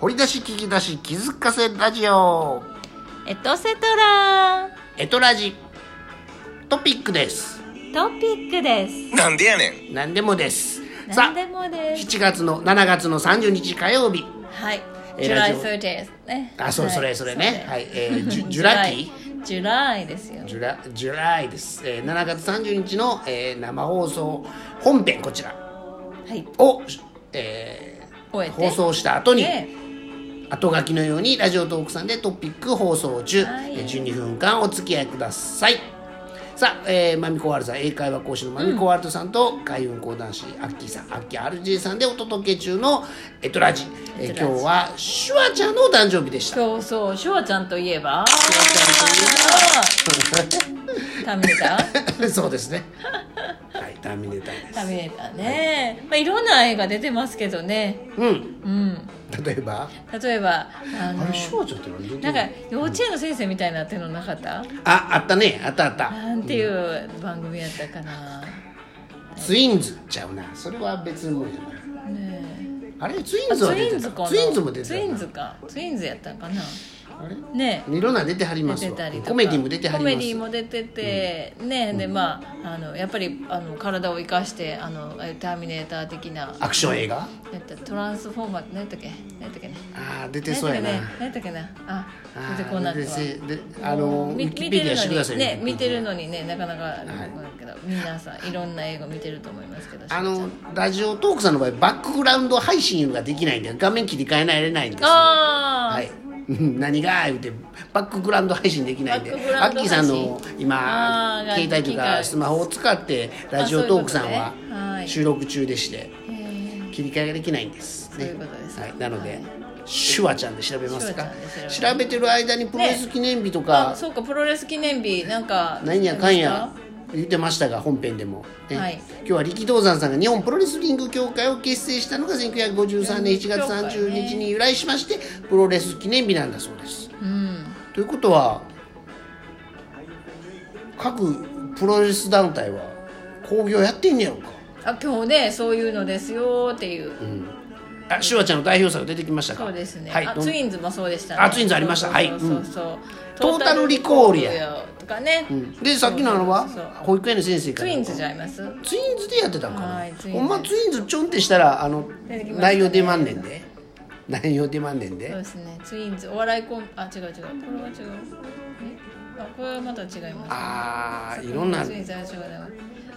掘り出し聞き出し気づかせラジオエトセトラエトラジトピックですトピックですなんでやねん何でもですさ何であもです7月の7月の30日火曜日はいえー July ラジオ30ですねあそう、はいそれそれねそうはでい、え ー、ジュすジュラティ July July ですよジュラジュライです、えー、7月30日の、えー、生放送本編こちらはいを、え終えー、て放送した後に、ね後書きのようにラジオトークさんでトピック放送中、はいえー12分間お付き合いくださいさあ、えー、マミコワールドさん英会話講師のマミコワールドさんと、海運講談師アッキーさんアッキー RJ さんでお届け中の「エトラジ」えーエトラジ今日はシュワちゃんのお誕生日でした そうそうシュワちゃんといえばターミネーターそうですねはいターミネーターですターミネーターね、まあ、いろんな映画出てますけどねうんうん例えば例えばあのあれシュワちゃんって何出てるなんか幼稚園の先生みたいなっていうのなかったああったねあったあったなんていう番組やったかな、ツインズちゃうなそれは別のもんやなねえあれツインあズはツ出インてズかたなツインズも出てたツなインズかツインズやったかなあれねえいろんな出てはりま出すてわたりとかコメディも出てはりますコメディも出てて、ねえでまああのやっぱりあの体を生かしてあのああいうターミネーター的なアクション映画なんかトランスフォーマー何やったっけ何やったっけねあー出てそうやな何やったっけね何やったっけなああ出てこーなく出てはせであのウみィキペディアしてください見てるのにね見てのるのにねなかなか出てこないけど、皆さんいろんな映画見てると思いますけどあのラジオトークさんの場合バックグラウンド配信いうのができないんで画面切り替えられないんですよああ、はい、うん何が言うてバックグラウンド配信できないんでバックグアラウンッドキー配信さんの今あー携帯というができなかいスマホを使ってラジオトークさんあそういうことねははい収録中でしてえー切り替えができないんです、そういうことですはい、なので、はいシュワちゃんで調べますかシュワちゃ調んべでてる間にプロレス記念日とあか、そうかプロレス記念日なんか何やかんや言ってましたが本編でも、ねはい今日は力道山さんが日本プロレスリング協会を結成したのが1953年1月30日に由来しましてプロレス記念日なんだそうです。うんということは各プロレス団体は興行やってんねやろか、あ今日ねそういうのですよっていう、うん、あシュワちゃんの代表作出てきましたかそうですね、はい、あどんツインズもそうでしたねあツインズありましたそうそうはいうんそうそうトータルリコールやトータルリコールとかね、うんでさっきのあのはそうそうそう保育園の先生かツらインズじゃいますツインズでやってたんかはないツインズほんまツインズちょんってしたらあの、出てきましたね内容出まんねんで内容出まんねんそうでですねツインズお笑いコンあ違う違うこれは違うえあこれはまた違いますああいろんなツインズは違うな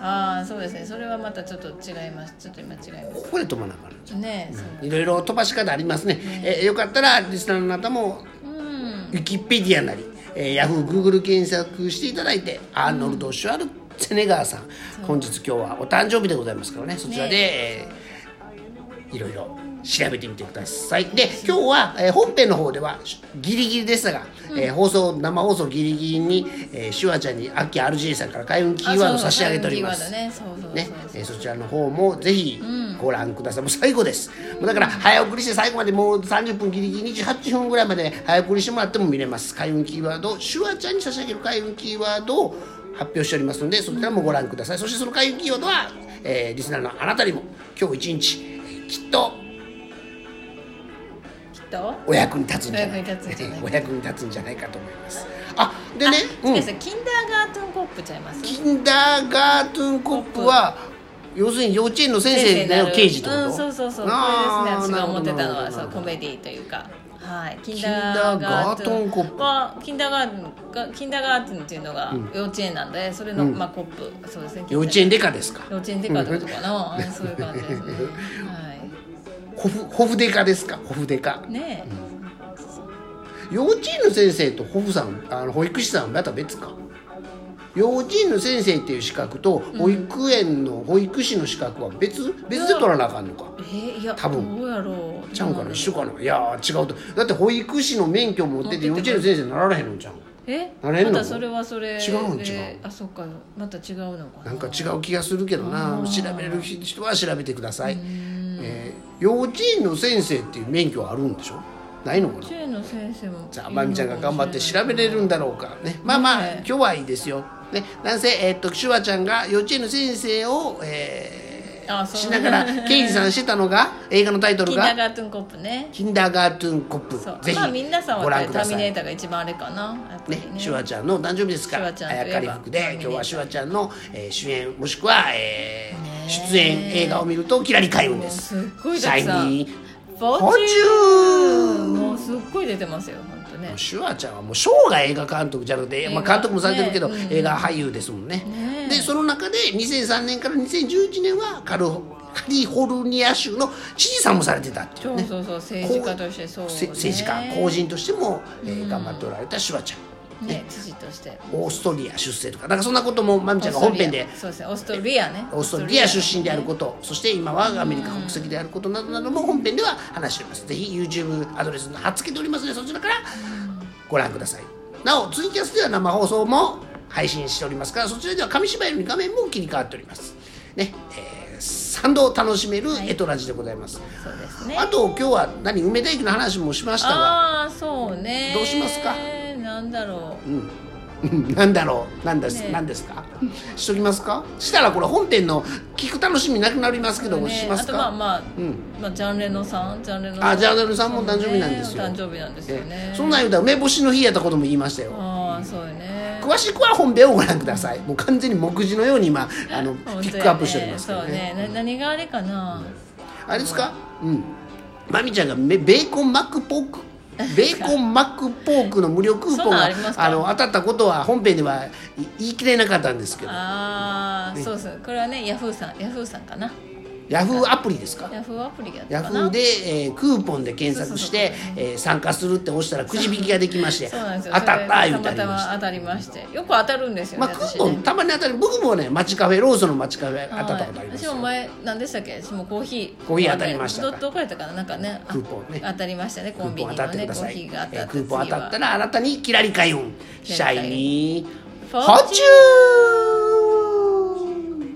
ああそうですねそれはまたちょっと違いますちょっと今違いまここで止まらなあかんすねえそのいろいろ飛ばし方ありますね、えーよかったらリスナーの方もうんウィキペディアなり、えー、ヤフーグーグル検索していただいてアーノルド・シュワルツェネガーさん、本日今日はお誕生日でございますからねそちらで、ねえーいろいろ調べてみてくださいで今日は、えー本編の方ではギリギリでしたが、えー放送生放送ギリギリに、えー、シュワちゃんにアッキー RJ さんから開運キーワードを差し上げておりますあそうそうキーワードねねそうそうそうえーそちらの方もぜひご覧ください、もう最後ですもうだから早送りして最後までもう30分ギリギリ28分ぐらいまで早送りしてもらっても見れます開運キーワードをシュワちゃんに差し上げる開運キーワードを発表しておりますのでそちらもご覧ください、そしてその開運キーワードは、えーリスナーのあなたにも今日一日えーきっときっとお役に立つんじゃないお役に立つんじゃないお役に立つんじゃないかと思いますあでねあうん違う違うキンダーガートゥンコップちゃいますキンダーガートゥンコップは要するに幼稚園の先生なのる刑事ってこと、うんそうそうそうこれあーですね私が思ってたのなるはほどそなるうほどコメディというかはいキンダーガートンコップはキンダーガートンがキンダーガートンっていうのが幼稚園なんでそれのまあコップそうですね幼稚園デカですか幼稚園でかってことか なうんそういう感じですねはホフホフデカですかホフデカいね幼稚園の先生とホフさんあの保育士さんはまた別か幼稚園の先生っていう資格と保育園の保育士の資格は別、別で取らなあかんのかええーいや多分どうやろうちゃうんかな一緒かないやー違うとだって保育士の免許持ってて幼稚園の先生になられへんのじゃんえあれんのまたそれはそれ違うんで違うあそっかまた違うのかなんか違う気がするけどなあ調ーべれる人は調べてください、えー幼稚園の先生っていう免許はあるんでしょないのかな幼稚園の先生もじゃあまみちゃんが頑張って調べれるんだろうかねまあまあ今日はいいですよねなんせえっとシュワちゃんが幼稚園の先生をえあそうしながら刑事さんしてたのが映画のタイトル キンダーがガートゥンコップね「キンダーガートゥンコップそう」ぜまあみんなさんひはご覧くタだーミさネいーターが一番あれかなやっぱりねね、シュワちゃんの誕生日ですからシュワちゃんといあえばやかり服ターミでネーター今日はシュワちゃんの、えー主演もしくは、えー出演映画を見るとキラリ開運ですもうすっごいたくさんシャイニーフォフォーーチチュューンーンもうすっごい出てますよ本当ねシュワちゃんはもう生涯映画監督じゃなくて、まあ、映画監督もされてるけど、ねうん映画俳優ですもんねねでその中で2003年から2011年はカルカリフォルニア州の知事さんもされてたっていそううねそうそう政治家としてそう、ね、せ政治家公人としても、えー頑張っておられたシュワちゃんね知事としてオーストリア出世とかなんかそんなこともまみちゃんが本編でオーストリアそうですねオーストリアねオーストリア出身であることそして今はアメリカ国籍であることなどなども本編では話しておりますぜひ YouTube アドレスの貼っ付けておりますのでそちらからご覧くださいなおツイキャスでは生放送も配信しておりますからそちらでは紙芝居の画面も切り替わっておりますねえー、賛同を楽しめるエトラジでございます、そうですねあと今日は何梅田駅の話もしましたがああそうねどうしますかなんだろううん なんだろうなんです、ねなんですかしときますかしたらこれ本編の聞く楽しみなくなりますけども、ねしますかあとまあまあ、うんまあジャンレノさんジャンレノさんあジャンレノさんも誕生日なんですよそうねお誕生日なんですよねええそんなん言うたら梅干しの日やったことも言いましたよああそうよね詳しくは本編をご覧くださいもう完全に目次のように今あの、本当やねピックアップしておりますけどそうねねな何があれかな、あれですかうんまみちゃんがめベーコンマックポ ークベーコンマックポークの無料クーそポんンなんがありますかあの当たったことは本編ではい言い切れなかったんですけどああそうですねこれはねヤフーさんヤフーさんかなヤフーアプリですかヤフーアプリやったヤかフなーで、えークーポンで検索してえー参加するって押したらくじ引きができましてそうなんで当すよたったそれ言うがたたりままたしたま当たりましてよく当たるんですよまね、あ、ク私ーねポンたまに当たる僕もね街カフェローソンの街カフェ当たったことありますはよい私も前何でしたっけ私もコーヒーコーヒー当たりましたかどどこやったかななんかねあクーポンね当たりましたねクコーンビポンニ当たのってねくコださーヒいーが当えたーってクーポン当たったららあなたにキラリカイオンキシラリャカイオンイニーフフォォーーチチューンね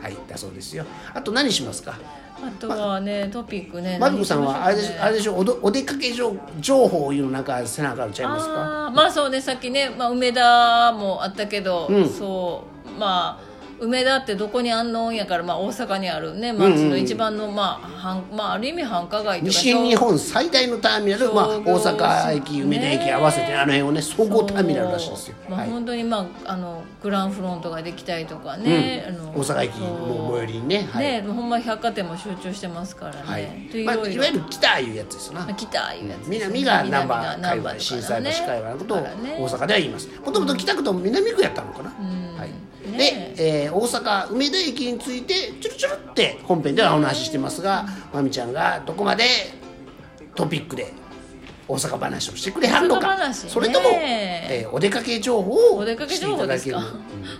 はいだそうですよあと何しますかあとはねトピックねマルコさんはあれでしょあれででしょおどお出かけ情情報を言うのなんか背中あるちゃいますかあーまあそうねさっきね、まあ、梅田もあったけど、うんそうまあ梅田ってどこにあんのんやから、まあ、大阪にあるね町の一番の、まあはんまあ、ある意味繁華街というか西日本最大のターミナル、まあ、商大業阪駅ね梅田駅合わせてあの辺をね総合ターミナルらしいですよ、そうまあ、はい本当にまああのグランフロントができたりとかね、あの大阪駅の最寄りにねそうはいねほんま百貨店も集中してますからね、はいというまあ、よりいわゆる北いうやつですなまあ来たいうやつですね、南が難波界南隈波震災橋界隈のことをだからね大阪では言いますもともと北区と南区やったのかな、はいねで、えー大阪梅田駅についてちょろちょろって本編ではお話ししてますがまみちゃんがどこまでトピックで大阪話をしてくれはるの大阪か、話ねそれとも、えーお出かけ情報おを出かけして情い報たでだすけるか、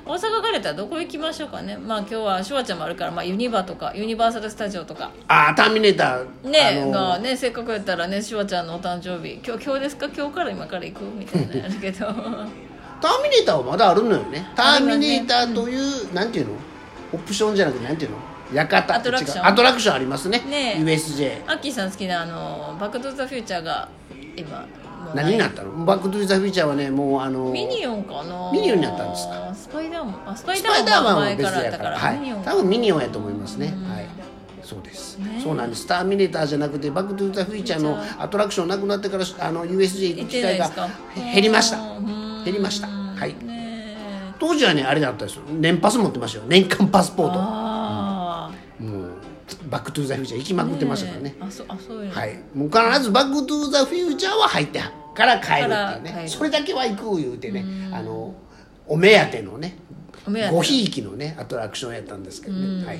大阪からやったらどこ行きましょうかねまあ今日はシュワちゃんもあるから、まあ、ユニバとかユニバーサル・スタジオとかあーターミネーターねあのーがねせっかくやったらねシュワちゃんのお誕生日今日今日ですか今日から今から行くみたいなのあるけど ターミネーターはまだあるのよねタありーますミねネーターという、なんていうのオプションじゃなくてなんていうの館アトラクション違うアトラクションありますねねえ USJ アッキーさん好きなあの「バック・トゥ・ザ・フューチャー」が今もうない何になったのバック・トゥ・ザ・フューチャーはねもうあのミニオンかなミニオンになったんですかスパイダーマンあスパイスダパイダーーママンンはは前別からややったかかららはいミニオン多分ミニオンやと思いますねはいそうです、ねえそうなんですターミネーターじゃなくてバック・トゥ・ザ・フューチャーのアトラクションなくなってからあの USJ 行行くっ機てない会でがすかへ減りましたうん減りましたはいねえ当時はねあれだったんですよ年パス持ってましたよ年間パスポートああもうバック・トゥ・ザ・フューチャー行きまくってましたからねえあそうあそういうのはい、もう必ず「バック・トゥ・ザ・フューチャー」は入ってから帰るからっていう帰ねるそれだけは行く言うてねあのお目当てのねお目当てごひいきのねアトラクションやったんですけどね、はい、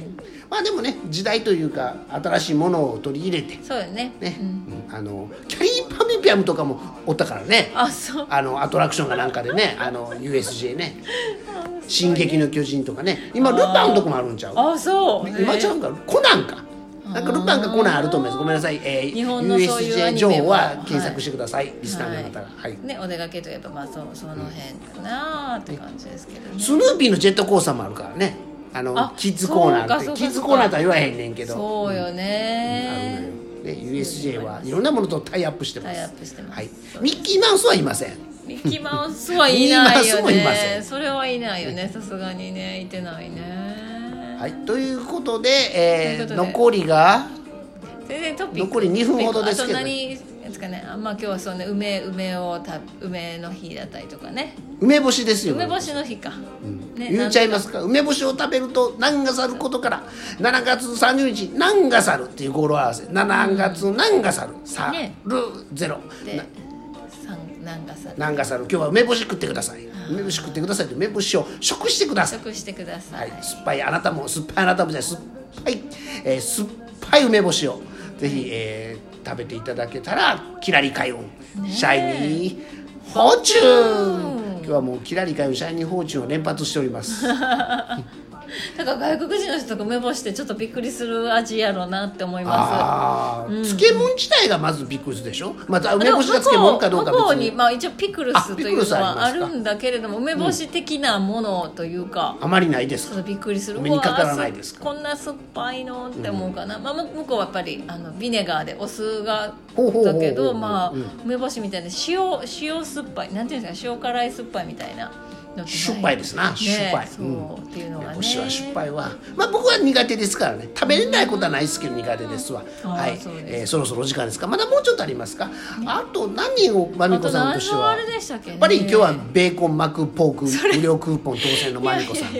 まあでもね時代というか新しいものを取り入れてそうよねね、うんあのキャリーパミュピアムとかもおったからねあそうあのアトラクションかなんかでねあの USJ ね「進撃の巨人」とかね今ルパンのとこもあるんちゃうあそう今ちゃうんかコナンかなんかルパンかコナンあると思いますごめんなさい、えー、日本のそういう USJ アニメ情は報は検索してください、リスナーの方がはい、ねお出かけといえばまあそその辺かなーって感じですけどねスヌーピーのジェットコースターもあるからねあのあキッズコーナそうーかっそうてキかッズコーナーとは言わへんねんけどそあるうよのよねね、USJ はいろんなものとタイアップしてますタイアップしてますはいそうです、ミッキーマウスはいませんミッキーマウスはいないミッよキーマウスもいませねんそれはいないよねさすがにねいてないねね、はい、ということで,、えーということで残りが全然トピック残り2分ほどですけどあと何ですかねあまあ今日はそうね梅梅をた梅の日だったりとかね梅干しですよ梅干しの日か、ね言っちゃいますか梅干しを食べると何が去ることから7月30日何が去るっていう語呂合わせ7月何が去る去るねゼロで三なんかさ何が去る今日は梅干し食ってください梅干し食ってくださいって梅干しを食してください、食してくださ、はいい、酸っぱいあなたも酸っぱいあなたもじゃない酸っぱい、えー酸っぱい梅干しをぜひ、えー食べていただけたらキラリ開運、シャイニーフォーチューン今日はもうキラリ開運シャイニーフォーチューンを連発しておりますだから外国人の人とか梅干しってちょっとびっくりする味やろうなって思いまああ、漬物自体がまずびっくりするでしょ。またす梅干しが漬物かどうか向こう別に、に。まあ、一応ピクルスとあピいクルうスのありますかはあるんだけれども梅干し的なものというか、あまりないですちょっとか。びっくりするお目にかからないですかうわーすこんな酸っぱいのって思うかな、まあ、む向こうはやっぱりあのビネガーでお酢がほうほうほうだけほうどほうまあうん梅干しみたいな塩塩酸っぱいなんていうんですか塩辛い酸っぱいみたいなのってしょっぱいですなねしょっぱいそう、うんっていうのがね梅干しは失敗は、まあ僕は苦手ですからね。食べれないことはないですけど苦手ですわ。うんはあいーそう。ですえーそろそろお時間ですか。まだもうちょっとありますか。あと何をマミコさんとしては。あと何のあれでしたっけねやっぱり今日はベーコンマックポーク無料クーポン当選のマミコさん。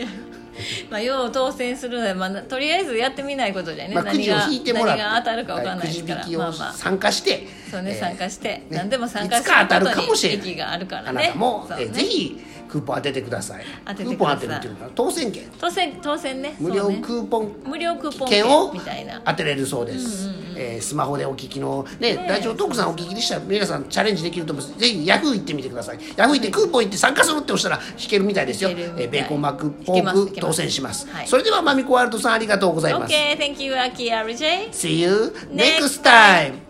まあ、よう当選するので、まあ、とりあえずやってみないことじゃね、まあく何じをが引いてもらって、何が当たるかわかんなはいでくじす引から、きまあをまあ参加して、そうね、えー参加して、ね何でも参加いしつか当たることかにもしれない意義があるからあねなたも、そうえねーぜひクーポン当ててください当ててクーくポンだ当さているっていうか当選券当選当選ね無そう料ねクーポン無料クーポン券をみたいな当てれるそうです、えースマホでお聞きの、ねラジオトークさんお聞きでしたら皆さんチャレンジできると思いますぜひヤフー行ってみてくださいヤフー行ってクーポン行って参加するって押したら引けるみたいですよ、え引けるみたいーベーコンマックポ引けますー引クけます当選します、はいそれではマミコワールドさんありがとうございます、 OK thank you Aki uh, RJ See you next Next time